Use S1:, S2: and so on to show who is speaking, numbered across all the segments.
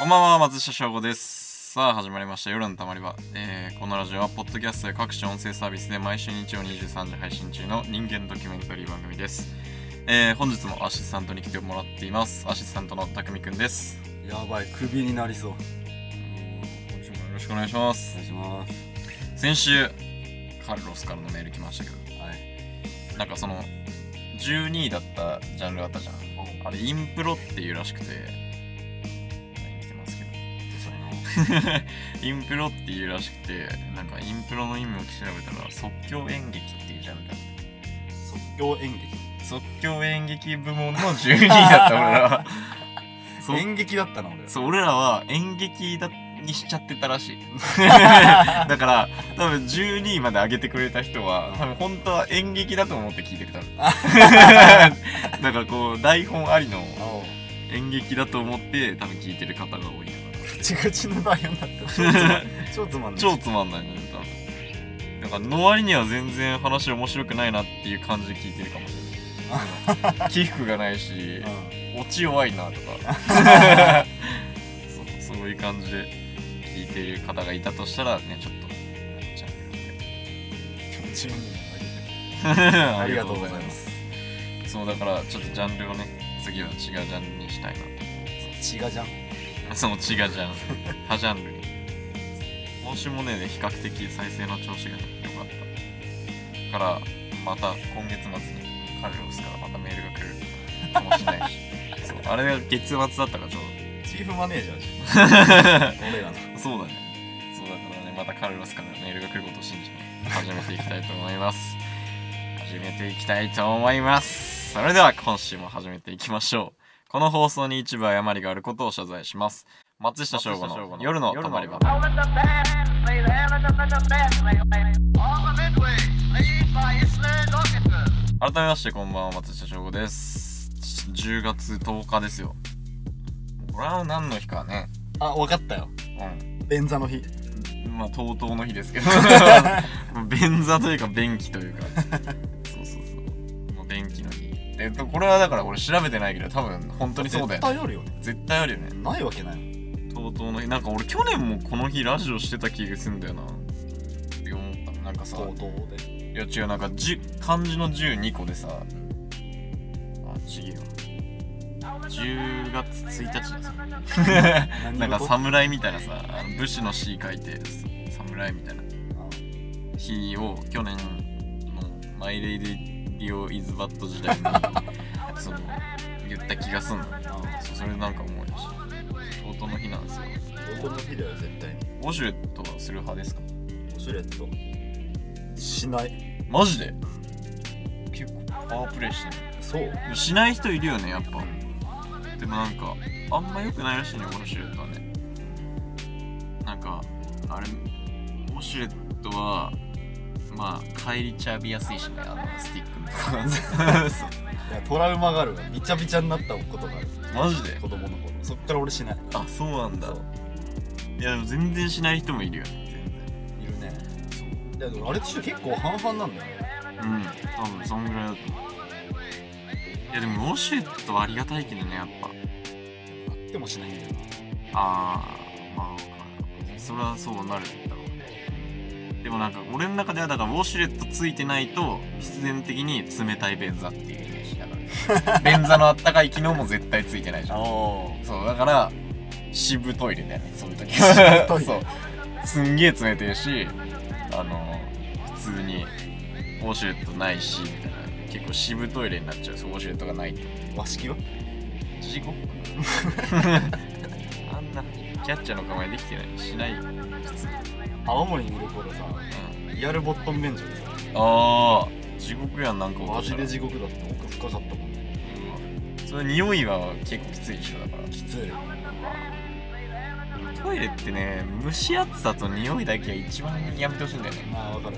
S1: こんばんは、松下翔吾です。さあ、始まりました。夜のたまり場、えーこのラジオは、ポッドキャストや各種音声サービスで毎週日曜23時配信中の人間ドキュメンタリー番組です。えー本日もアシスタントに来てもらっています。アシスタントのたくみくんです。
S2: やばいクビになりそうお
S1: 今週もよろしくお願いします
S2: 願。いします
S1: 先週、カルロスからのメール来ましたけど、
S2: はい
S1: なんかその、12位だったジャンルあったじゃん。あれ、インプロっていうらしくて、来てますけど。 インプロっていうらしくてなんかインプロの意味を調べたら即興演劇っていうジャンルだっ
S2: 即興演劇
S1: た即興演劇部門の12位だった俺ら はそ
S2: 演劇だったな俺
S1: そう俺らは演劇だにしちゃってたら しいだから多分12位まで上げてくれた人は多分本当は演劇だと思って聞いてる多 分だからこう台本ありの
S2: あ
S1: 演劇だと思って多分聞いてる方が多いか
S2: ガチガチの内容になった
S1: ら
S2: 超つまんない
S1: 超つまんないのよ多分なんかの割には全然話面白くないなっていう感じで聞いてるかもしれ ない起伏がないし
S2: う
S1: オチ弱いなとか そうそういう感じで聞いてる方がいたとしたらねちょっとチャンネル
S2: ん自分にもあげ
S1: 登
S2: て
S1: 録
S2: ありがとうございます
S1: そうだからちょっとジャンルをね次は違うジャンルにしたい
S2: 違うじゃん
S1: な その違うジャンル他ジャンルに今週もね比較的再生の調子が良かったからまた今月末にカルロスからまたメールが来るかもしれ ないしそうあれが月末だったからちょう
S2: チーフマネージャーじ ゃん俺
S1: どそう
S2: らの
S1: だねそうだからねまたカルロスからメールが来ることを信じて始めていきたいと思います始めていきたいと思いますそれでは今週も始めていきましょうこの放送に一部誤りがあることを謝罪します松下翔吾の夜の泊まり場
S3: All in the band, play the hell in the, in the band, play, play. All the midway, played by Island Orchestra.
S1: 改めましてこんばんは松下翔吾です10月10日ですよこれは何の日かね
S2: あ分かったよ便座の日
S1: うんまあ TOTO の日ですけど便座というか便器というかそうそうそうまあ便器の日えっとこれはだから俺調べてないけど多分本当にそうだよ
S2: 絶対あるよね
S1: 絶対あるよね
S2: ないわけない
S1: とうとうの日なんか俺去年もこの日ラジオしてた気がするんだよなって思ったのなんかさ
S2: とうとうで
S1: いや違うなんかじゅ漢字の12個でさあ違えよ10月1日だぞなんか侍みたいなさあの武士の詩書いて侍みたいな日を去年のマイレイディオイズバット時代にその言った気がすんのそうそれなんか思い出した弟の日なんですよ
S2: とうの日だよ絶対に
S1: ウォシュレットはする派ですか
S2: オシュレットしない
S1: マジで結構パワープレイしてる
S2: そう
S1: でもしない人いるよねやっぱでもなんかあんま良くないらしいねウォシュレットはねなんかあれウォシュレットはまあ返り血浴びやすいしねあのスティックの とこそう
S2: いやトラウマがあるわびちゃびちゃになったことがある
S1: マジで
S2: 子供の頃そっから俺しない
S1: あそうなんだ
S2: そう
S1: いやでも全然しない人もいるよね
S2: いるねいやでもあれとして結構半々なんだよね
S1: 全然うん多分そんぐらいだと思ういやでもウォシュレットはありがたいけどねやっぱ
S2: あってもしないんだよ
S1: ああまあそれはそうなるだろうねでもなんか俺の中ではだからウォシュレットついてないと必然的に冷たい便座っていうイメージだから 便座のあったかい機能も絶対ついてないじ
S2: な
S1: ゃん
S2: あ
S1: そうだから渋トイレだよねそういう時
S2: 渋トイレ
S1: そうすんげえ冷てえしあの普通にウォシュレットないしみたいな結構渋トイレになっちゃうそうウォシュレットがないと
S2: 和式は
S1: 地獄あんなキャッチャーの構えできてないしないよ普通
S2: 青森にいる頃さリアルボットン便所でさ
S1: ああ地獄やんなんか
S2: マジで
S1: 地
S2: 地獄だって奥深かったもんね
S1: 獄それ匂いは結構きついでしょだから
S2: きつい
S1: トイレってね蒸し暑さと匂いだけは一番やめてほしいんだよね
S2: まあわかる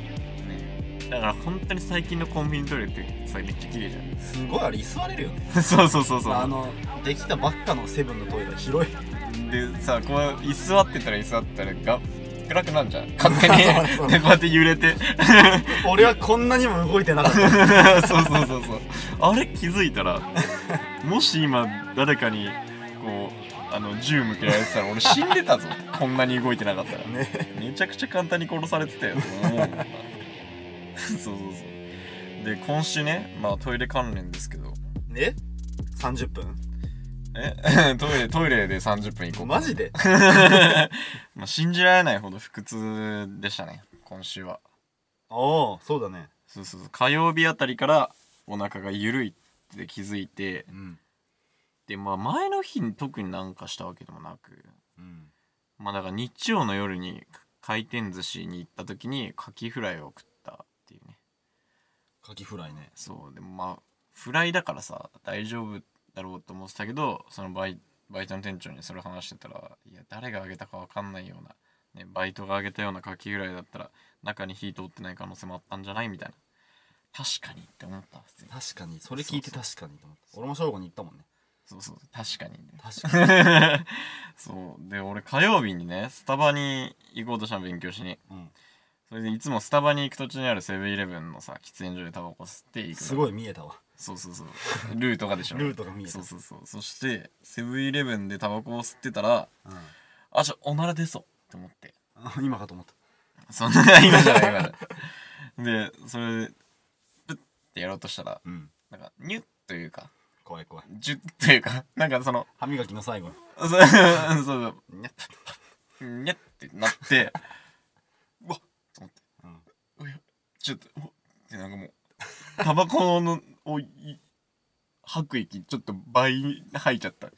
S1: だから本当に最近のコンビニトイレってさめっちゃ綺麗じゃ
S2: すごいあれ居座れるよね
S1: ん そうそうそうそう、
S2: あのできたばっかのセブンのトイレ 広い
S1: でさこう居座ってたら居座ってたらが暗くなるじゃ ん勝手に
S2: そうそう
S1: でこうやって揺れて
S2: 俺はこんなにも動いてなかった
S1: そうそうそうそうあれ気づいたらもし今誰かにこうあの銃向けられてたら俺死んでたぞこんなに動いてなかったら
S2: ね
S1: めちゃくちゃ簡単に殺されてたよと思うもんなそうそうそうで今週ねまあトイレ関連ですけど
S2: え30分
S1: え トイレトイレで30分行こう
S2: マジ で
S1: まあ信じられないほど腹痛でしたね今週は
S2: ああそうだね
S1: そうそうそう火曜日あたりからお腹が緩いって気づいて
S2: うん
S1: でまあ前の日に特になんかしたわけでもなく
S2: うん
S1: まあだから日曜の夜に回転寿司に行った時にカキフライを食ったっていうね
S2: カキフライね
S1: そうでもまあフライだからさ大丈夫だろうと思ってたけどそのバイバイトの店長にそれ話してたらいや誰があげたか分かんないような、ね、バイトがあげたようなカキフライだったら中に火通ってない可能性もあったんじゃないみたいな確かにって思った普通に
S2: 確かにそれ聞いて確かにと思って俺も正午に行ったもんね
S1: そうそう確かに ね
S2: 確かに
S1: そうで俺火曜日にねスタバに行こうとしたの勉強しに
S2: うん
S1: それでいつもスタバに行く途中にあるセブンイレブンのさ喫煙所でタバコ吸って行く
S2: すご
S1: い
S2: い見えたわ
S1: そうそうそうルートがでしょ
S2: ルートが見えた
S1: そうそうそうそしてセブンイレブンでタバコを吸ってたら
S2: うん
S1: あちょおなら出そうって思 って
S2: あ今かと思った
S1: そんな今じゃない今じゃないでそれでプッてやろうとしたら
S2: うん
S1: なんかニュッというか
S2: 怖い怖い
S1: ジュッというかなんかその
S2: 歯磨きの最後に
S1: そうそうそう
S2: にゃっ
S1: にゃってなって、うわっと思って、
S2: うん
S1: おやちょっと、おってなんかもう、タバコの、をい、吐く息、ちょっと倍吐いちゃった。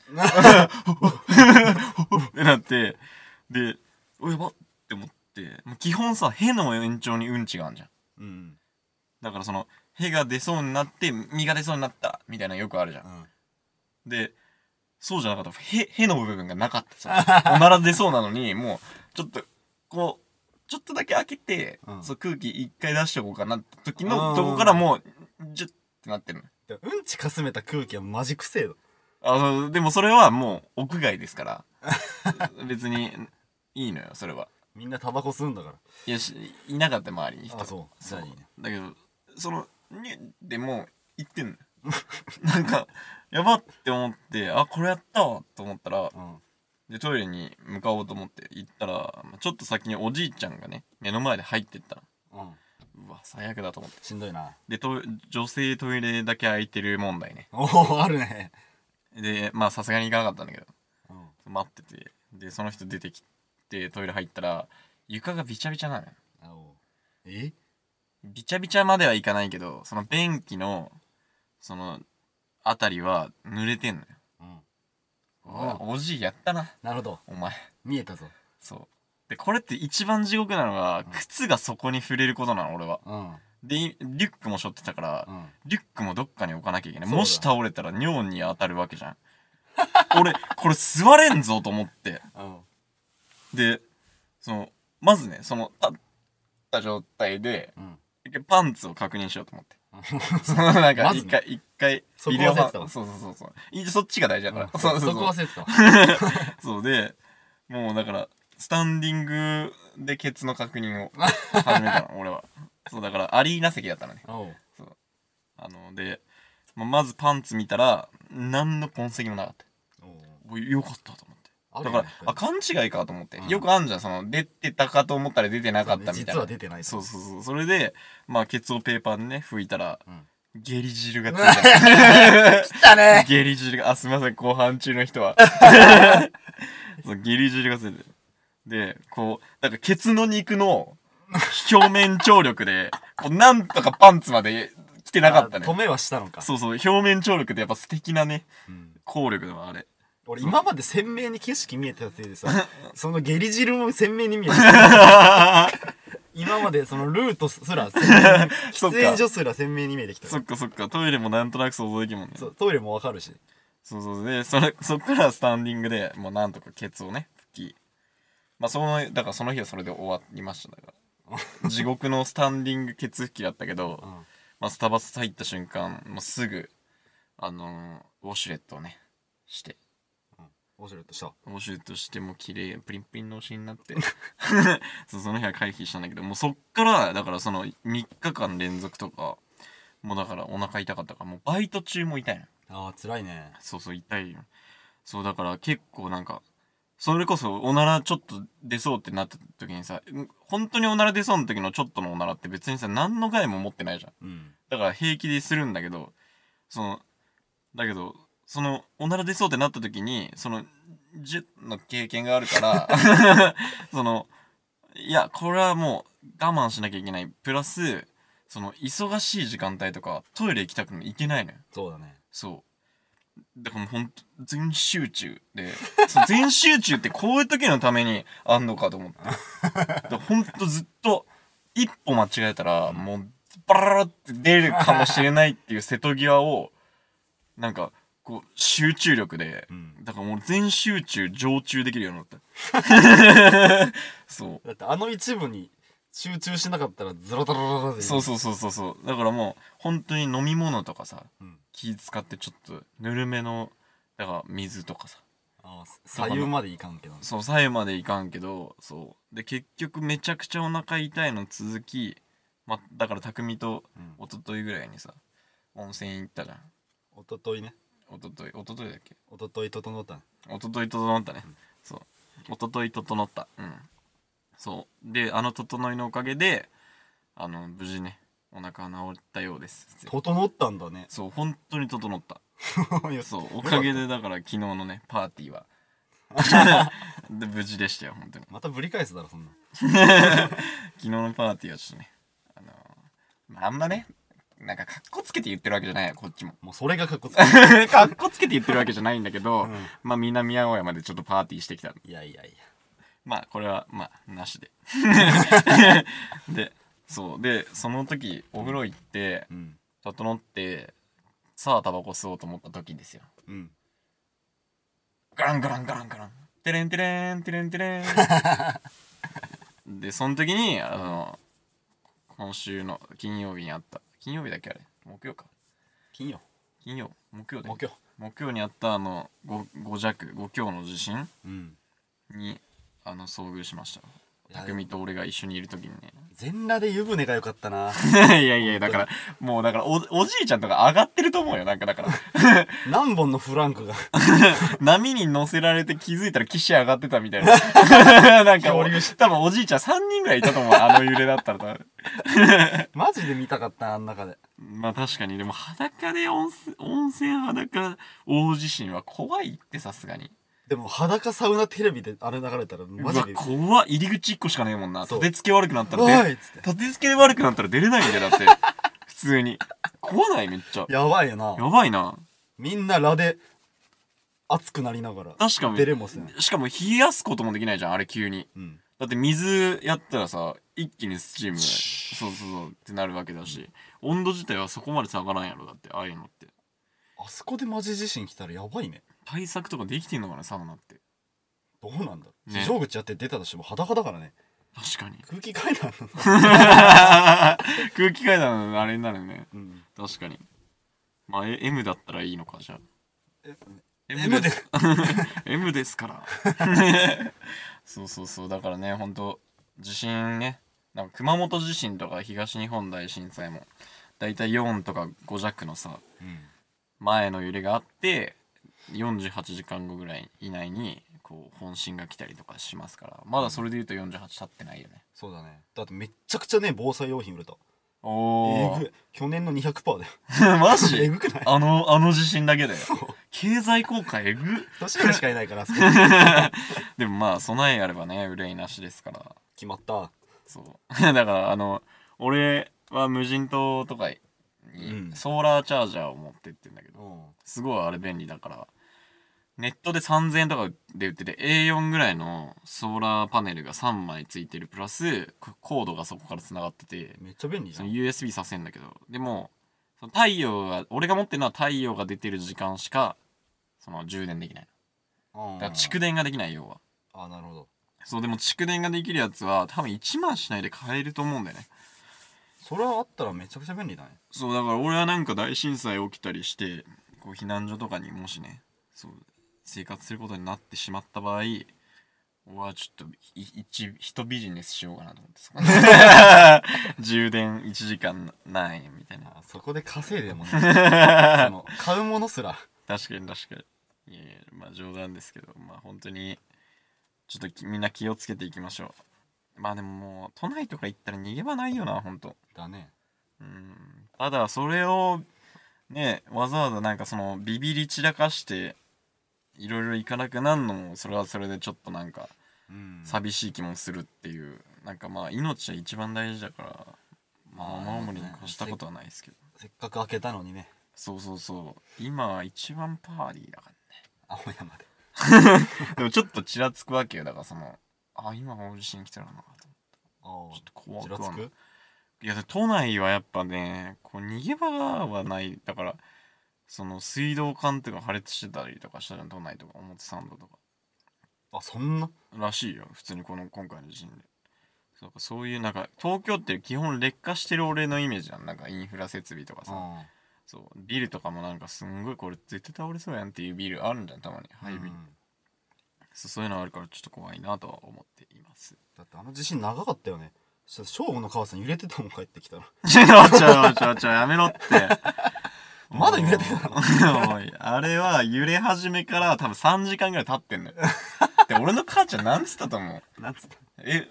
S1: ってなって、で、おやばって思って、もう基本さ、への延長にうんちがあるじゃん。
S2: うん
S1: だからその、へが出そうになって、身が出そうになった、みたいなのよくあるじゃん
S2: う。ん
S1: で、そうじゃなかった。へ、への部分がなかったさ。おなら出そうなの に、もう、ちょっと、こう、ちょっとだけ開けて、
S2: うん
S1: そう空気一回出しておこうかなって時
S2: う
S1: の
S2: ん
S1: とこからもう、ジュッってなってるの。
S2: でもうんちかすめた空気はマジくせえだ
S1: あそうでもそれはもう屋外です から別にいいのよそれは
S2: みんなタバコ吸うんだから
S1: いやしいなかった周りに人
S2: あそうじゃあいいね
S1: だけどそのにでも行ってんのよなんかやばって思ってあこれやったわと思ったら、
S2: うん
S1: でトイレに向かおうと思って行ったらまあちょっと先におじいちゃんがね目の前で入ってったの
S2: うん
S1: うわ最悪だと思って
S2: しんどいな
S1: でと女性トイレだけ空いてる問題ね
S2: おおあるね
S1: でまあさすがに行かなかったんだけど
S2: うん
S1: 待っててでその人出てきてトイレ入ったら床がびちゃびちゃなのよ
S2: あおうえ
S1: びちゃびちゃまではいかないけどその便器のそのあたりは濡れてんのよ
S2: うん
S1: うわおじいやったな
S2: なるほど
S1: お前
S2: 見えたぞ
S1: そうでこれって一番地獄なのが靴がそこに触れることなの俺は
S2: うん
S1: でいリュックも背負ってたから
S2: うん
S1: リュックもどっかに置かなきゃいけない
S2: そうだ
S1: もし倒れたら尿に当たるわけじゃん俺これ座れんぞと思って
S2: うん
S1: でそのまずねその立った状態で
S2: うん
S1: 一回パンツを確認しようと 思ってそのなんか
S2: まず
S1: 一
S2: ね
S1: 回一回
S2: そこ
S1: ビデオ
S2: 忘れ
S1: 判
S2: てたわ
S1: そうそうそうそういそっちが大事だから、
S2: そ
S1: そうう
S2: そ
S1: そうそ
S2: こ
S1: う
S2: 忘れてたわ
S1: そうでもうだからスタンディングでケツの確認を始めたの俺はそうだからアリーナ席だったのね
S2: おう
S1: あので、まあまずパンツ見たら何の痕跡もなかった
S2: おう
S1: およかったと思って
S2: あ
S1: だ
S2: る
S1: か
S2: よ
S1: ら
S2: ね
S1: あ勘違いかと思って、
S2: うん
S1: よくあんじゃんその出てたかと思ったら出てなかったみたい
S2: 実
S1: な
S2: は出てない
S1: そうそう
S2: う
S1: そうそれでまあケツをペーパーでね拭いたら、
S2: うん
S1: 下痢汁がついて
S2: 来た
S1: た
S2: ね
S1: 下痢汁があすいません後半中の人 はそう下痢汁がついてるでこうなんかケツの肉の表面張力でこうなんとかパンツまで来てなかったね
S2: あ止めはしたのか
S1: そうそう表面張力でやっぱ素敵なね
S2: うん
S1: 効力のあれ
S2: 俺今まで鮮明に景色見えてたせいで さその下痢汁も鮮明に見えてた 今まで そのルートすら鮮明に
S1: そっか
S2: 喫煙所すら鮮明に見えてきた
S1: そっかそっかトイレもなんとなく想像できるもんね
S2: そうトイレもわかるし
S1: そうそうでそれ そっからスタンディングでもうなんとかケツをね拭きまあそのだからその日はそれで終わりましただから 地獄のスタンディングケツ拭きだったけど、
S2: うん
S1: まあ、スタバス入った瞬間もうすぐあのーウォシュレットをねして
S2: 面白いとした
S1: ウォシュレットしてもう綺麗プリンプリンのお尻になって そうその日は回避したんだけどもうそっからだからその3日間連続とかもうだからお腹痛かったからもうバイト中も痛いの
S2: ああ辛いね
S1: そうそう痛いよそうだから結構なんかそれこそおならちょっと出そうってなった時にさうん本当におなら出そうの時のちょっとのおならって別にさ何の害も持ってないじゃん
S2: うん
S1: だから平気でするんだけどそのだけどそのおなら出そうってなった時にその10の経験があるから そのいやこれはもう我慢しなきゃいけないプラスその忙しい時間帯とかトイレ行きたくも行けないのよ
S2: そうだね
S1: そう。だからもうほんと、全集中で、その全集中ってこういう時のためにあんのかと思って。だからほんとずっと、一歩間違えたら、もう、バララって出るかもしれないっていう瀬戸際を、なんか、こう、集中力で
S2: う、ん
S1: だからもう全集中、常駐できるようになった。そう。
S2: だってあの一部に集中しなかったらズラタラララで
S1: そうそうそうそうそう。だからもう、本当に飲み物とかさ、
S2: うん
S1: 気使ってちょっと、ぬるめの、だから水とかさ、
S2: あー左右までいかんけどね
S1: そう左右までいかんけどそうで結局めちゃくちゃお腹痛いの続き、ま、だから匠と
S2: うん
S1: 一昨日ぐらいにさ温泉行ったじゃん
S2: おとといね
S1: 一昨日一昨日だっけ
S2: おととい整ったね
S1: 一昨日整ったね、そう一昨日整ったうんそうであの整いのおかげであの無事ねお腹は治ったようです
S2: 整ったんだ ね
S1: そう本当に整った
S2: いや
S1: そうおかげでだから昨日のねパーティーは で無事でしたよ本当に
S2: またぶり返すだろそんな
S1: 昨日のパーティーはちょっとね、あのーまあ、あんまね、なんかかっこつけて言ってるわけじゃないよ、こっ ちも。
S2: もうそれがかっこつけ
S1: かっこつけて言ってるわけじゃないんだけど、
S2: うん
S1: まあ南青山でちょっとパーティーしてきた。
S2: いやいやいや
S1: まあこれは、まあ、な しで。で、そう。で、その時、お風呂行って、
S2: うん
S1: 整って、さあタバコ吸おうと思った時ですよ。
S2: うん
S1: ガランガランガランガラン。テレンテレンテレンテレン。 で、その時に、あの、今週の金曜日にあった、金曜日だっけあれ木曜か。
S2: 金曜
S1: 金曜木曜だっ
S2: 木
S1: け
S2: 曜
S1: 木曜にあったあの 5, 弱5強の地震
S2: うん
S1: にあの遭遇しました
S2: いや
S1: 匠と俺が一緒にいる時にね
S2: 全裸で湯船が良かったな
S1: い やいやだからもうだからおおじいちゃんとか上がってると思うよなんかだから
S2: 何本のフラン クが
S1: 波に乗せられて気づいたら岸上がってたみたい ななんか
S2: 漂流し
S1: 多分おじいちゃん3人ぐらいいたと思うあの揺れだったら多分
S2: マジで見たかったなあん中で
S1: まあ確かにでも裸で温泉温泉裸大地震は怖いってさすがに
S2: でも裸サウナテレビであれ流れたら
S1: う
S2: マ
S1: わ
S2: ジで
S1: 怖っ入り口1個しかねえもんな
S2: そ
S1: 立
S2: う
S1: て付け悪くなったら
S2: お
S1: 出
S2: いっつって
S1: 立て付け悪くなったら出れないんだよだって普通に怖ないめっちゃや
S2: やばいよな
S1: ばいな
S2: みんなラで熱くなりながら
S1: 確か
S2: 出れもせん
S1: しかも冷やすこともできないじゃんあれ急に
S2: うん
S1: だって水やったらさ一気にスチーム
S2: シ
S1: そうそうそうってなるわけだし温度自体はそこまで下がらんやろだってああいうのって
S2: あそこでマジ地震来たらやばいね
S1: 対策とかできてんのかなサウナって
S2: どうなんだろう
S1: ね
S2: 非常口やって出たとしても裸だからね
S1: 確 かに
S2: 空気階段の
S1: 空気階段のあれになるね
S2: うん
S1: 確かにまあえ M だったらいいのかじゃあ
S2: え
S1: M で
S2: です
S1: M ですから そうそうそうだからねほんと地震ねなんか熊本地震とか東日本大震災もだいたい4とか5弱のさ
S2: うん
S1: 前の揺れがあって48時間後ぐらい以内にこう本震が来たりとかしますからまだそれで言うと48経ってないよね
S2: そうだねだってめっちゃくちゃね防災用品売れた
S1: お
S2: えぐい去年の200%だよ
S1: ー マ
S2: え
S1: ジ
S2: ぐくない
S1: あのあの地震だけで
S2: そう
S1: 経済効果えぐ
S2: 年寄りしかいないからあそこ
S1: でもまあ備えあればね憂いなしですから
S2: 決まった
S1: そう だからあの俺は無人島とか
S2: うん
S1: にソーラーチャージャーを持ってってんだけど、
S2: うん
S1: すごいあれ便利だからネットで3000円とかで売ってて A4 ぐらいのソーラーパネルが3枚ついてるプラスこコードがそこからつながってて
S2: めっちゃ便利じ
S1: そ
S2: ゃ
S1: の
S2: ん
S1: USB させんだけどでもその太陽が俺が持ってるのは太陽が出てる時間しかその充電できないだから蓄
S2: で
S1: 電ができない要は
S2: あなるほど
S1: そうでも蓄電ができるやつは多分1万しないで買えると思うんだよね
S2: それはあったらめちゃくちゃ便利だね
S1: そうだから俺はなんか大震災起きたりしてこう避難所とかにもしねそう生活することになってしまった場合俺はちょっとい一一ビジネスしようかなと思ってそこに充電1時間ないみたいな
S2: あそこで稼いでもねその買うものすら
S1: 確かに確かにいやいやまあ冗談ですけどまあ本当にちょっときみんな気をつけていきましょうまあでももう都内とか行ったら逃げ場ないよな本当
S2: だね
S1: うんただそれをねわざわざなんかそのビビり散らかしていろいろ行かなくなるのもそれはそれでちょっとなんか
S2: うん
S1: 寂しい気もするっていうなんかまあ命は一番大事だからまあ守りに越したことはないですけど
S2: せっかく開けたのにね
S1: そうそうそう今は一番パーリーだから
S2: 青山で
S1: ね でもちょっとちらつくわけよだからそのあ今大地震来たらなと
S2: あ
S1: ち
S2: あ
S1: ょっと怖
S2: ち
S1: く
S2: ら
S1: は
S2: つ
S1: ない
S2: く
S1: いや都内はやっぱねこう逃げ場はないだからその水道管とか破裂してたりとかしたじゃん都内とか表参道とから
S2: あそんな
S1: らしいよ普通にこの今回の地震でそうかそういうなんか東京って基本劣化してる俺のイメージじゃんなんかインフラ設備とかさ、
S2: あ
S1: そうビルとかもなんかすんごいこれ絶対倒れそうやんっていうビルあるんじゃんたまに
S2: あ
S1: ハイビル、
S2: うん
S1: そうそういうのあるからちょっと怖いなとは思っています
S2: だってあの地震長かったよねそしたら正午の川さん揺れてたもん帰ってきたら
S1: ちょちょちょちょやめろって。
S2: まだ揺れてた
S1: のあれは揺れ始めから多分3時間ぐらい経ってんのよ。で、俺の母ちゃんなんつったと思う
S2: なんつった
S1: え、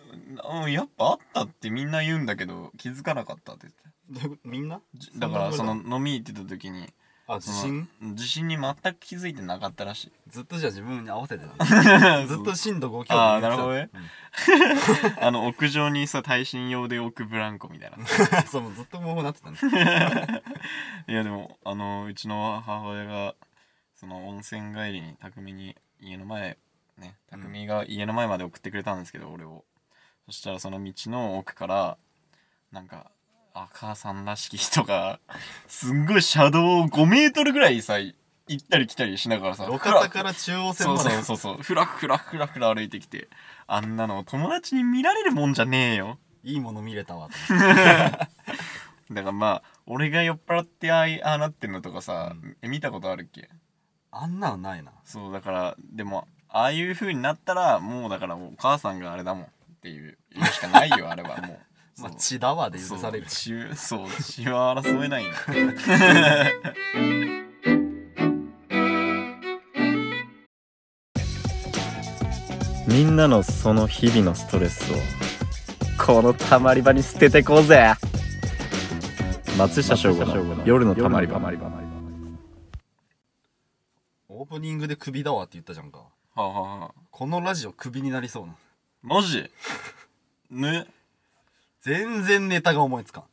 S1: うんやっぱあったってみんな言うんだけど気づかなかったって言ってた
S2: どういうことみんな
S1: じ。だからそ
S2: んな
S1: の
S2: こと
S1: 飲み行ってた時に
S2: あ地震
S1: その地震に全く気づいてなかったらしい
S2: ずっとじゃあ自分に合わせてた ずっと震度5強で
S1: あーなるほどね
S2: うん
S1: あの屋上にさ耐震用で置くブランコみたいな
S2: そうもうずっともうなって たね
S1: いやでもあのうちの母親がその温泉帰りに匠に家の前ね
S2: うん
S1: 匠が家の前まで送ってくれたんですけど、俺をそしたらその道の奥からなんかあ母さんらしき人がすんごい車道を5メートルぐらいさ行ったり来たりしながらさ
S2: 路
S1: ふら
S2: 肩から中央線
S1: そう
S2: まで
S1: そうそうそうふらふらふらふら歩いてきてあんなの友達に見られるもんじゃねえよ
S2: いいもの見れたわと
S1: だからまあ俺が酔っ払ってああいああなってんのとかさ、え見たことあるっけ
S2: あんなのないな
S1: そうだからでもああいう風になったらもうだからもうお母さんがあれだもんっていう言うしかないよあれはもう
S2: まあ
S1: そう
S2: 血だわで許される
S1: そう血そう血は争えない よみんなのその日々のストレスをこのたまり場に捨ててこうぜ松下翔吾の夜のたまり場は
S2: オープニングでクビだわって言ったじゃんか
S1: あはあはあ
S2: このラジオクビになりそうな
S1: マジね
S2: 全然ネタが思いつかん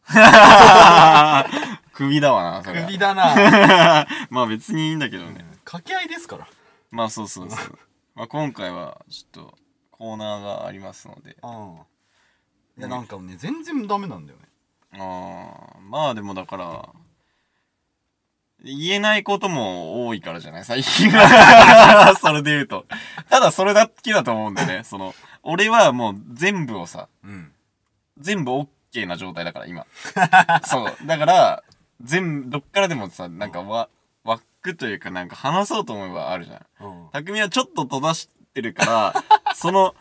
S1: 首だわなそれ
S2: クビ だな
S1: まあ別にいいんだけどね
S2: 掛け合いですから
S1: まあそうそうそうまあ今回はちょっとコーナーがありますので
S2: うんいやなんかね全然ダメなんだよね
S1: あーまあでもだから言えないことも多いからじゃない最近は それで言うとただそれだけだと思うんでねその俺はもう全部をさ
S2: うん
S1: 全部 OK な状態だから今そうだから全部どっからでもさなんかわ枠というかなんか話そうと思えばあるじゃん
S2: うん
S1: 匠はちょっと閉ざしてるから その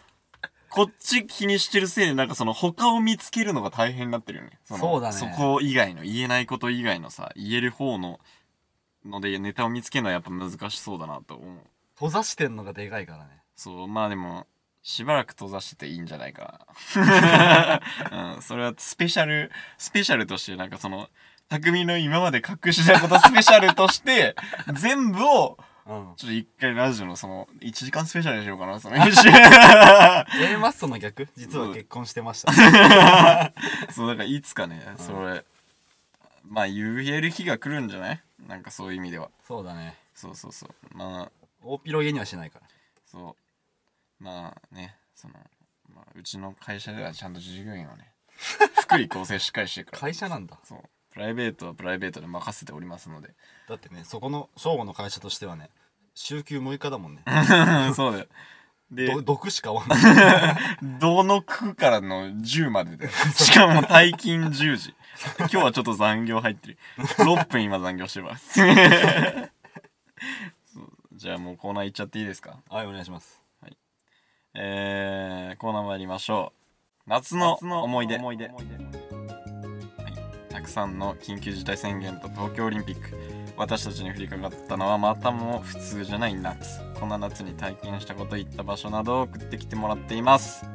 S1: こっち気にしてるせいでなんかその他を見つけるのが大変になってるよねその
S2: そうだね
S1: そこ以外の言えないこと以外のさ言える方ののでネタを見つけるのはやっぱ難しそうだなと思う
S2: 閉ざしてんのがでかいからね
S1: そうまあでもしばらく閉ざしてていいんじゃない か な、うん、それはスペシャルスペシャルとしてなんかその匠の今まで隠したことスペシャルとして全部を
S2: うん
S1: ちょっと一回ラジオのその1時間スペシャルにしようかなその 一
S2: A マッソの逆実は結婚してま した
S1: そうだからいつかねそれ、まあ言える日が来るんじゃないなんかそういう意味では
S2: そうだね
S1: そうそうそうまあ
S2: 大広げにはしないから
S1: そうまあねその、まあ、うちの会社ではちゃんと従業員はね 福利厚生しっかりしてるから
S2: 会社なんだ
S1: そうプライベートはプライベートで任せておりますの で
S2: だってねそこの正午の会社としてはね週休6日だもんね
S1: そうだよで
S2: ど毒しか合わ ない
S1: どの区からの10までで しかも退勤10時今日はちょっと残業入ってる6分今残業してます そうじゃあもうコーナー行っちゃっていいですか
S2: はいお願いします
S1: えー、コーナー参りましょう夏の思い出はい、たくさんの緊急事態宣言と東京オリンピック私たちに降りかかったのはまたも普通じゃない夏この夏に体験したこと行った場所などを送ってきてもらっています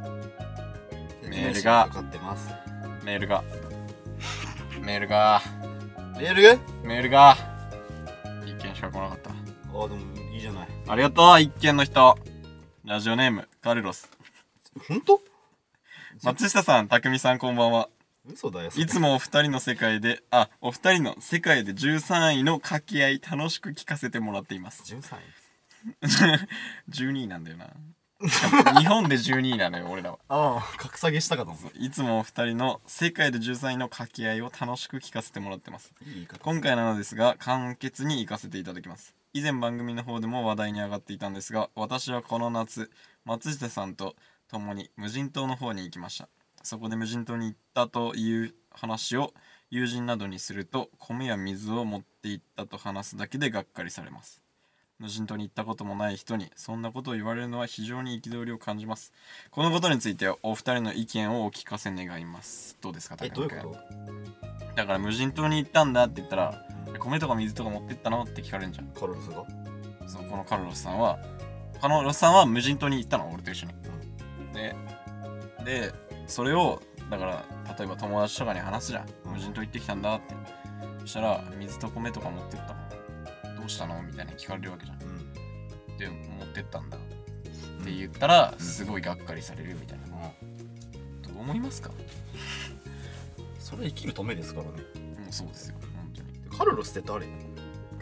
S1: メールが
S2: かかってます
S1: メールがメールが
S2: メールが
S1: メールが一件しか来なかっ
S2: あでもいいじゃない
S1: たありがとう一件の人ラジオネームカルロス
S2: 本当
S1: 松下さん匠さんこんばんは
S2: 嘘だよそれ
S1: いつもお二人の世界であお二人の世界で13位の掛け合い楽しく聞かせてもらっています
S2: 13位
S1: 12位なんだよな日本で12位なのよ俺らは
S2: ああ格下げしたかと思う
S1: いつもお二人の世界で13位の掛け合いを楽しく聞かせてもらってます
S2: いい言い方
S1: 今回なのですが簡潔に行かせていただきます以前番組の方でも話題に上がっていたんですが私はこの夏松下さんと共に無人島の方に行きましたそこで無人島に行ったという話を友人などにすると米や水を持って行ったと話すだけでがっかりされます無人島に行ったこともない人にそんなことを言われるのは非常に憤りを感じますこのことについてはお二人の意見をお聞かせ願いますどうですか
S2: えどう
S1: 高
S2: いう
S1: 野君
S2: こ
S1: だから無人島に行ったんだって言ったら米とか水とか持ってったのって聞かれるんじゃん
S2: とカロルスが
S1: そのこのカルロスさんはカルロスさんは無人島に行ったの俺と一緒にででそれをだから例えば友達とかに話すじゃん無人島行ってきたんだってそしたら水と米とか持ってったのどうしたのみたいな聞かれるわけじゃん
S2: うん
S1: で持ってったんだって言ったらすごいがっかりされるみたいなどう思いますか
S2: それ生きるためですからね
S1: うんそうですよ本当に
S2: カロルスって誰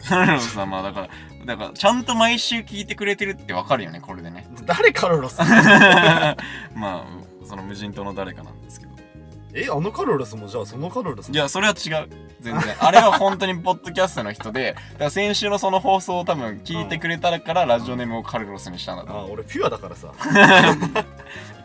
S1: カルロスさ んまあだからだからちゃんと毎週聞いてくれてるってわかるよねこれでね
S2: 誰カロル ス
S1: まあその無人島の誰かなんですけど
S2: えあのカロルスもじゃあそのカロルス
S1: いやそれは違う全然あれは本当にポッドキャストの人でだから先週のその放送を多分聞いてくれたからラジオネームをカルロスにしたんだと
S2: あ俺ピュアだからさ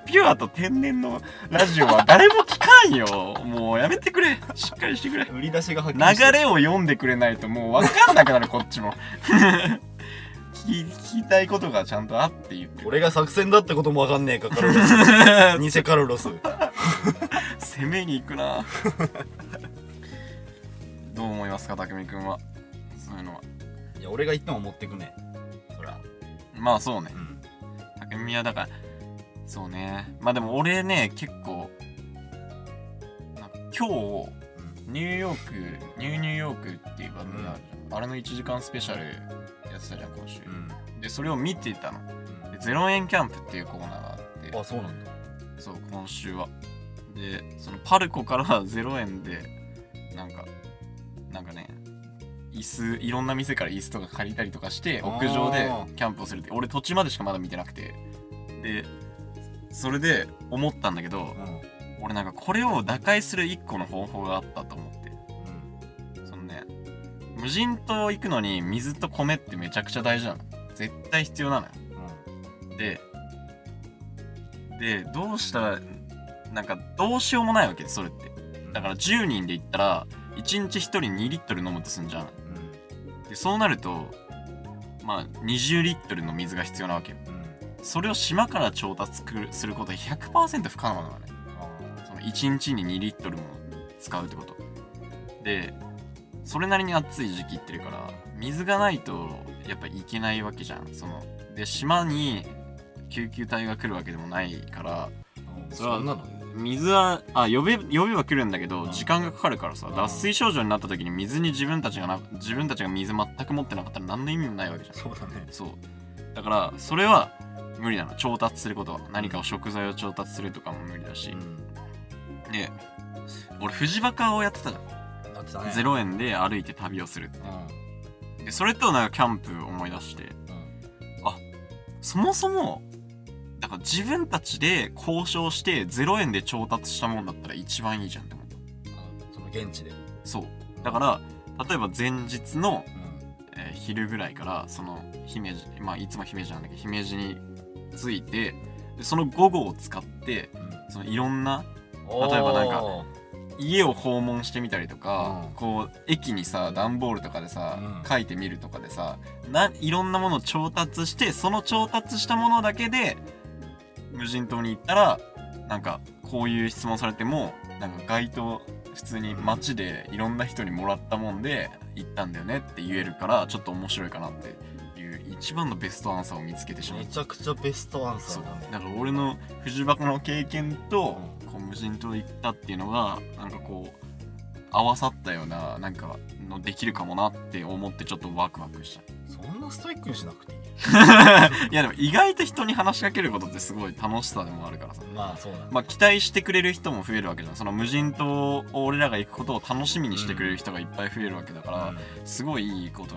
S1: ピュアと天然のラジオは誰も聞かんよもうやめてくれしっかりしてくれ
S2: 売り出しがはっきりして
S1: 流れを読んでくれないともう分かんなくなるこっちも 聞き聞きたいことがちゃんとあって言ってる
S2: 俺が作戦だってこともわかんねえかカロルス 偽カロルス
S1: 攻めに行くな どう思いますか匠君はそういうのはい
S2: や俺が言っても持ってくねそら
S1: まあそうね
S2: うん
S1: 匠はだからそうねまあでも俺ね結構なんか今日ニューヨークニューニューヨークっていう番組あるじゃん、あれの1時間スペシャルやってたじゃん今週、
S2: うん
S1: でそれを見てたの
S2: う
S1: で0円キャンプっていうコーナーがあって
S2: んあそうなんだ
S1: そう今週はでそのパルコから0円でなんかなんかね椅子いろんな店から椅子とか借りたりとかして
S2: あー
S1: 屋上でキャンプをするって俺途中までしかまだ見てなくてでそれで思ったんだけど
S2: うん
S1: 俺なんかこれを打開する一個の方法があったと思って
S2: うん
S1: そのね無人島行くのに水と米ってめちゃくちゃ大事なの絶対必要なのよででどうしたらなんかどうしようもないわけですそれって
S2: うん
S1: だから10人で言ったら1日1人2リットル飲むとすんじゃん
S2: うん
S1: でそうなるとまあ20リットルの水が必要なわけよ
S2: うん
S1: それを島から調達するすることは100%不可能なのね
S2: あ
S1: その1日に2リットルも使うってことでそれなりに暑い時期行ってるから水がないとやっぱ行けないわけじゃんそので島に救急隊が来るわけでもないから
S2: ー
S1: それは
S2: そんなの
S1: 水はあ呼べ呼べは来るんだけど
S2: うん
S1: 時間がかかるからさ
S2: うん
S1: 脱水症状になった時に水に自分たちがな自分たちが水全く持ってなかったら何の意味もないわけじゃん
S2: そうだね
S1: そうだからそれは無理なの調達することは何かを食材を調達するとかも無理だし、
S2: うん
S1: で俺フジバカをやってたじゃん、
S2: なってたね
S1: 0円で歩いて旅をするでそれとなんかキャンプ思い出して
S2: うん
S1: そもそもだから自分たちで交渉して0円で調達したもんだったら一番いいじゃんって思った
S2: あその現地で
S1: そうだから例えば前日の、
S2: うん
S1: えー昼ぐらいからその姫路まあいつも姫路なんだけど姫路に着いてでその午後を使って
S2: うん
S1: そのいろんな
S2: おー
S1: 例えばなんか家を訪問してみたりとか、
S2: うん
S1: こう駅にさ段ボールとかでさ、
S2: うん
S1: 書いてみるとかでさないろんなものを調達してその調達したものだけで無人島に行ったらなんかこういう質問されてもなんか該当普通に街でいろんな人にもらったもんで行ったんだよねって言えるからちょっと面白いかなっていう一番のベストアンサーを見つけてしまっ
S2: め
S1: た
S2: ちゃくちゃベストアンサ
S1: そ
S2: ー
S1: う
S2: だね
S1: だから俺の藤箱の経験とこう無人島行ったっていうのがなんかこう合わさったようななんかのできるかもなって思ってちょっとワクワクした
S2: そんなストイックにしなくていい
S1: いやでも意外と人に話しかけることってすごい楽しさでもあるからさ
S2: まあそうなんだ
S1: まあ期待してくれる人も増えるわけじゃんその無人島を俺らが行くことを楽しみにしてくれる人がいっぱい増えるわけだから、すごいいいことだ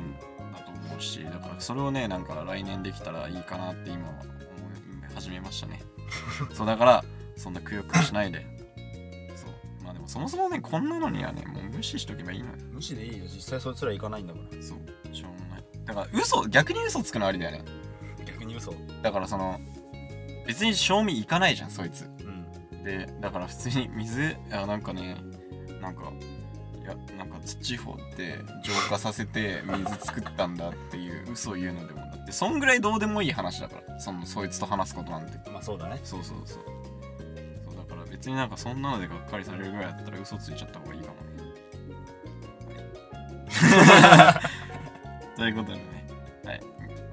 S1: と思うしだからそれをねなんか来年できたらいいかなって今は思い始めましたねそうだからそんなくよくよしないでそうまあでもそもそもねこんなのにはねもう無視しとけばいいのよ
S2: 無視でいいよ実際そいつら行かないんだか
S1: そうしょうがないだから嘘逆に嘘つくのありだよね
S2: ら逆に嘘う
S1: だからその別に賞味いかないじゃんそいつ
S2: ん
S1: でだから普通に水あなんかねなんかいやなんか土掘って浄化させて水作ったんだっていう嘘を言うのでもだってそんぐらいどうでもいい話だからそのそいつと話すことなんて
S2: まあそうだね
S1: そうそうそうそうだから別になんかそんなのでがっかりされるぐらいだったら嘘ついちゃった方がいいかもねはいという ことでねはい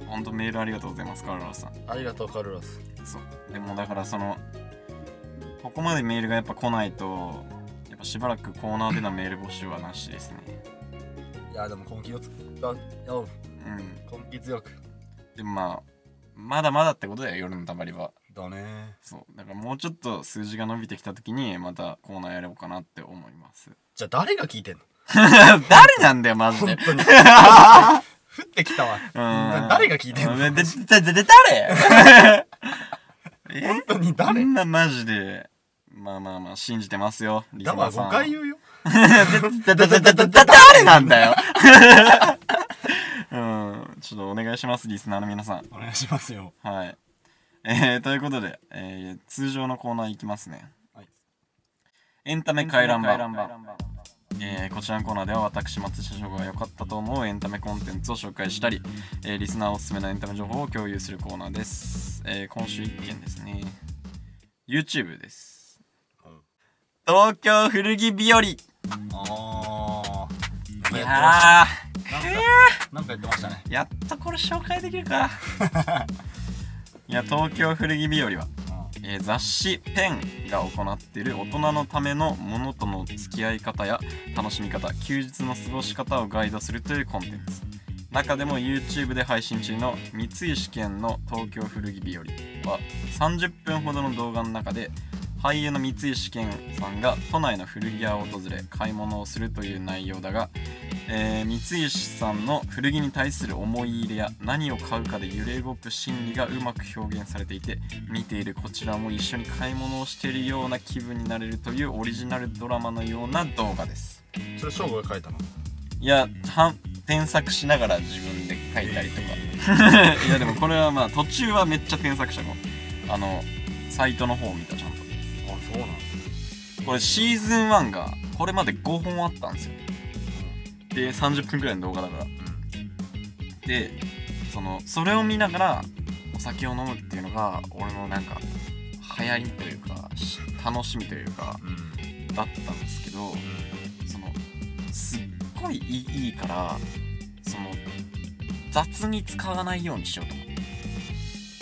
S1: ほんとメールありがとうございますカルロスさん
S2: ありがとうカルロス
S1: そうでもだからそのここまでメールがやっぱ来ないとやっぱしばらくコーナーでのメール募集はなしですね
S2: いやでも根気をつあよ
S1: うん
S2: 根気強く
S1: でもまあまだまだってことだよ夜のたまりは
S2: だね
S1: そうだからもうちょっと数字が伸びてきた時にまたコーナーやろうかなって思います
S2: じゃあ誰が聞いてんの
S1: 誰なんだよマジ
S2: 本
S1: で
S2: 当に降ってきたわ
S1: うん
S2: 誰が聞いてんの
S1: でででで誰 え
S2: 本当に
S1: こ
S2: 誰
S1: んなマジでまあまあまあ信じてますよリス
S2: だ
S1: ナ
S2: わ
S1: ーさん
S2: 5回言うよ
S1: だ、だ、だ、だ、だ、だ、誰なんだよ。うん、ちょっとお願いします、リスナーの皆さん。
S2: お願いしますよ
S1: はい。えー、ということで、えー、通常のコーナーいきますね。
S2: はい
S1: エンタメ回覧板。えーこちらのコーナーでは私松下翔吾が良かったと思うエンタメコンテンツを紹介したり、えーリスナーおすすめのエンタメ情報を共有するコーナーです、えー今週1件ですね YouTube です、
S2: うん
S1: 東京古着日和い
S2: ああ
S1: やーくー
S2: なんか言ってましたね
S1: やっとこれ紹介できるかいや東京古着日和は、えー雑誌「ペン」が行っている大人のためのものとの付き合い方や楽しみ方休日の過ごし方をガイドするというコンテンツ中でも YouTube で配信中の三石健の「東京古着日和」は30分ほどの動画の中で俳優の三石健さんが都内の古着屋を訪れ買い物をするという内容だがえー三石さんの古着に対する思い入れや何を買うかで揺れ動く心理がうまく表現されていて見ているこちらも一緒に買い物をしているような気分になれるというオリジナルドラマのような動画です
S2: それ翔吾が書いたの
S1: いやはん添削しながら自分で書いたりとか いやでもこれはまあ途中はめっちゃ添削者もあのサイトの方を見たちゃんと
S2: あそうなん
S1: これシーズン1がこれまで5本あったんですよで30分くらいの動画だからでそのそれを見ながらお酒を飲むっていうのが俺のなんか流行りというかし楽しみというか
S2: うんうん
S1: だったんですけどそのすっごいいいいいからその雑に使わないようにしようと思って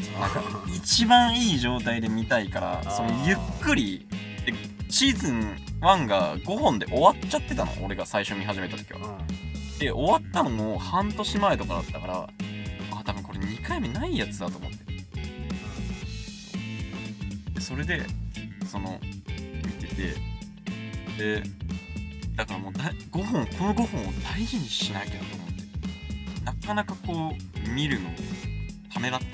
S1: そのなんか一番いい状態で見たいからそのゆっくりでシーズン1が5本で終わっちゃってたの俺が最初見始めた時は。で終わったのも半年前とかだったからあ多分これ2回目ないやつだと思ってでそれでその見ててでだからもうだ5本この5本を大事にしなきゃと思ってなかなかこう見るのをためらって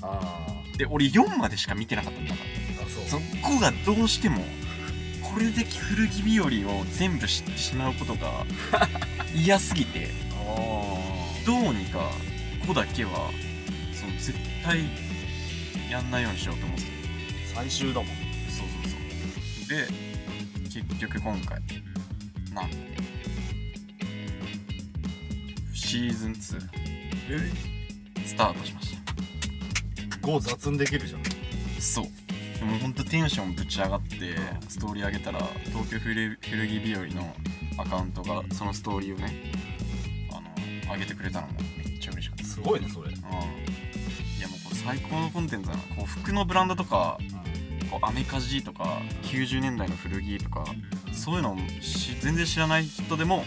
S1: た
S2: ああ
S1: で俺4までしか見てなかったんだから
S2: そ
S1: そうこがどうしてもこれで古着日和を全部知ってしまうことが嫌すぎて
S2: あ
S1: どうにかここだけはその絶対やんないようにしようと思って
S2: 最終だもん
S1: そうそうそうで結局今回なんとシーズン2
S2: え
S1: スタートしまし
S2: 5雑にできるじゃん
S1: たそうでもほんとテンションぶち上がってストーリー上げたら東京古古着日和のアカウントがそのストーリーをねあの上げてくれたのがめっちゃ嬉しかった
S2: すごいねそれ、
S1: うんいやもうこれ最高のコンテンツだなこう服のブランドとかこうアメカジとか90年代の古着とかそういうのをし全然知らない人でも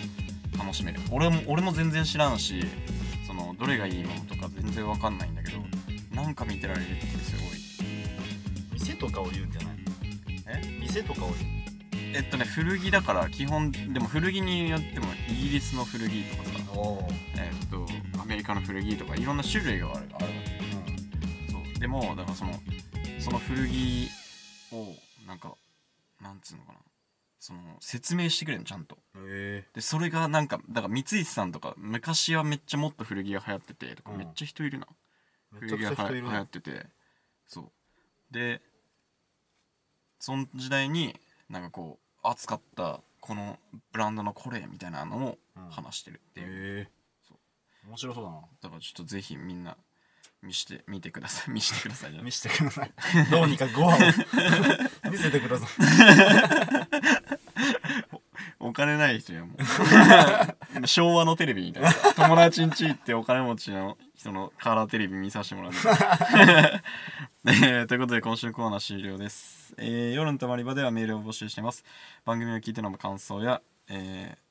S1: 楽しめる俺も俺も全然知らんしそのどれがいいものとか全然わかんないんだけどなんか見てられるってすごい
S2: 店とかを言うんじゃない
S1: え
S2: 店とかを言う
S1: えっとね古着だから基本でも古着によってもイギリスの古着とかさ
S2: おー
S1: えっとアメリカの古着とかいろんな種類があるあるわけそうでもだからそのその古着をなんかなんつうのかなその説明してくれるのちゃんと
S2: うんへ
S1: でそれがなんかだから三石さんとか昔はめっちゃもっと古着が流行っててとか、
S2: うん
S1: めっちゃ人いるな
S2: えめち
S1: 古
S2: ゃ
S1: 着が
S2: くちゃ
S1: は
S2: 人い
S1: 流
S2: るね
S1: 行っててそうでその時代になんかこう扱ったこのブランドのこれみたいなのを
S2: うん
S1: 話してるっていう、
S2: へえ
S1: そ
S2: 面白そうだな
S1: だからちょっとぜひみんな見して見てください見してくださいじゃない
S2: 見せてくだ さいどうにかご飯を見せてください
S1: お金ない人やもう昭和のテレビみたいな友達ん家行ってお金持ちの人のカラーテレビ見させてもらってえーということで今週のコーナー終了です、えー夜のたまり場ではメールを募集しています番組を聞いての感想や、えー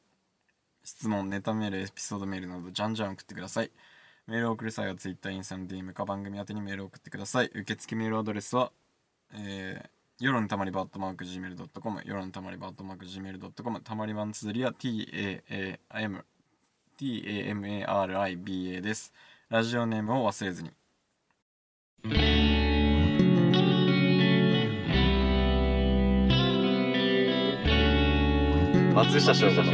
S1: 質問ネタメールエピソードメールなどじゃんじゃん送ってくださいメールを送る際は Twitter インスタの DM か番組宛てにメールを送ってください受付メールアドレスはえー夜のたまり場 at mark gmail.com 夜のたまり場 at mark gmail.com たまり場の綴りは TAAM TAMARIBA ですラジオネームを忘れずに
S2: 松下翔子の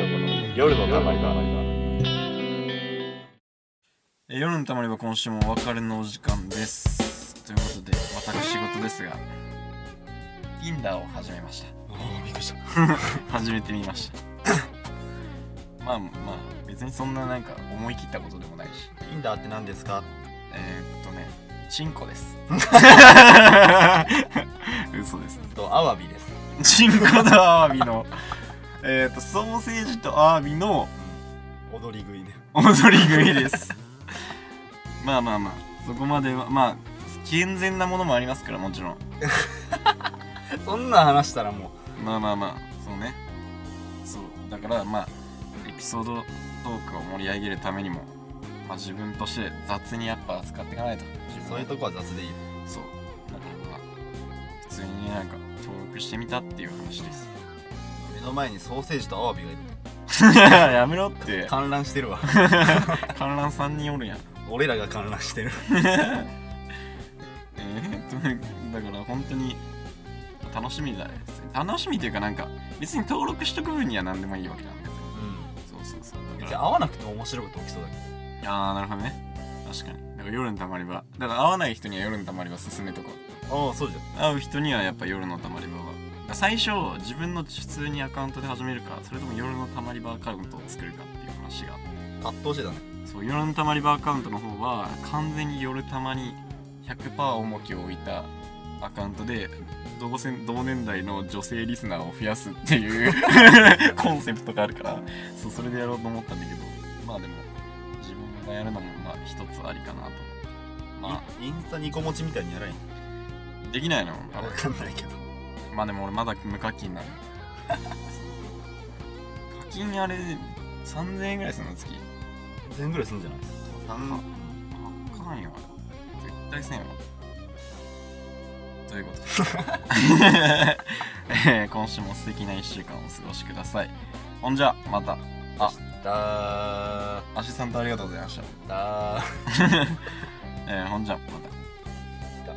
S2: 夜のたまり場
S1: えー夜のたまり場今週もお別れのお時間ですということで私事ですが Tinder を始めました
S2: おーびっくりした
S1: 始めてみました まあまあ別にそんななんか思い切ったことでもないし
S2: インダーって何ですか
S1: えー、っとねチンコです嘘です
S2: とアワビです
S1: チンコとアワビのえーっとソーセージとアワビの
S2: 踊り食いね
S1: 踊り食いですまあまあまあそこまではまあ健全なものもありますからもちろん
S2: そんなん話したらも
S1: まあまあまあそうねそうだからまあエピソードトークを盛り上げるためにも、まあ、自分として雑にやっぱ扱っていかないと自
S2: う
S1: 分を
S2: そういうとこは雑でいい
S1: そうだからまあ普通にねなんか登録してみたっていう話 です
S2: 目の前にソーセージとアワビがい
S1: やめろって
S2: る観覧してるわ
S1: 観覧3人おるやん
S2: 俺らが観覧してる
S1: えーっとねだから本当に楽しみだね楽しみというかなんか別に登録しとく分には何でもいいわけなんだよ
S2: うん
S1: そうそうそうだ
S2: 別
S1: か
S2: に
S1: ら
S2: 合わなくても面白いこと起きそうだけど
S1: ああなるほどね確かにだから夜のたまり場だから会わない人には夜のたまり場勧めとこう
S2: ああそうじゃん
S1: 会う人にはやっぱ夜のたまり場はだから最初自分の普通にアカウントで始めるかそれとも夜のたまり場アカウントを作るかっていう話があって
S2: 圧倒してたね
S1: そう夜のたまり場アカウントの方は完全に夜たまに100%重きを置いたアカウントで同せ同年代の女性リスナーを増やすっていう コンセプトがあるからそうそれでやろうと思ったんだけどまあでも自分がやるのもまあ一つありかなと思ってま
S2: インインスタニコ持ちみたいにやらない
S1: あできないのあれ
S2: わかんないけど
S1: まあでも俺まだ無課金なの 課金あれ3000円ぐらいするの月
S2: 全ぐらいすんじゃない
S1: あかんよ絶対せんわという ことで、えー今週も素敵な1週間をお過ごしくださいほんじゃまたあ
S2: だ
S1: アシスタントありがとうございま した、
S2: ーだー
S1: えーほんじゃまた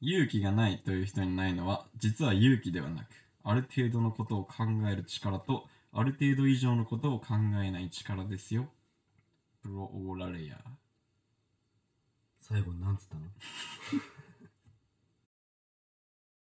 S1: 勇気がないという人にないのは実は勇気ではなくある程度のことを考える力とある程度以上のことを考えない力ですよプロオーラレイヤー
S2: 最後なんつったの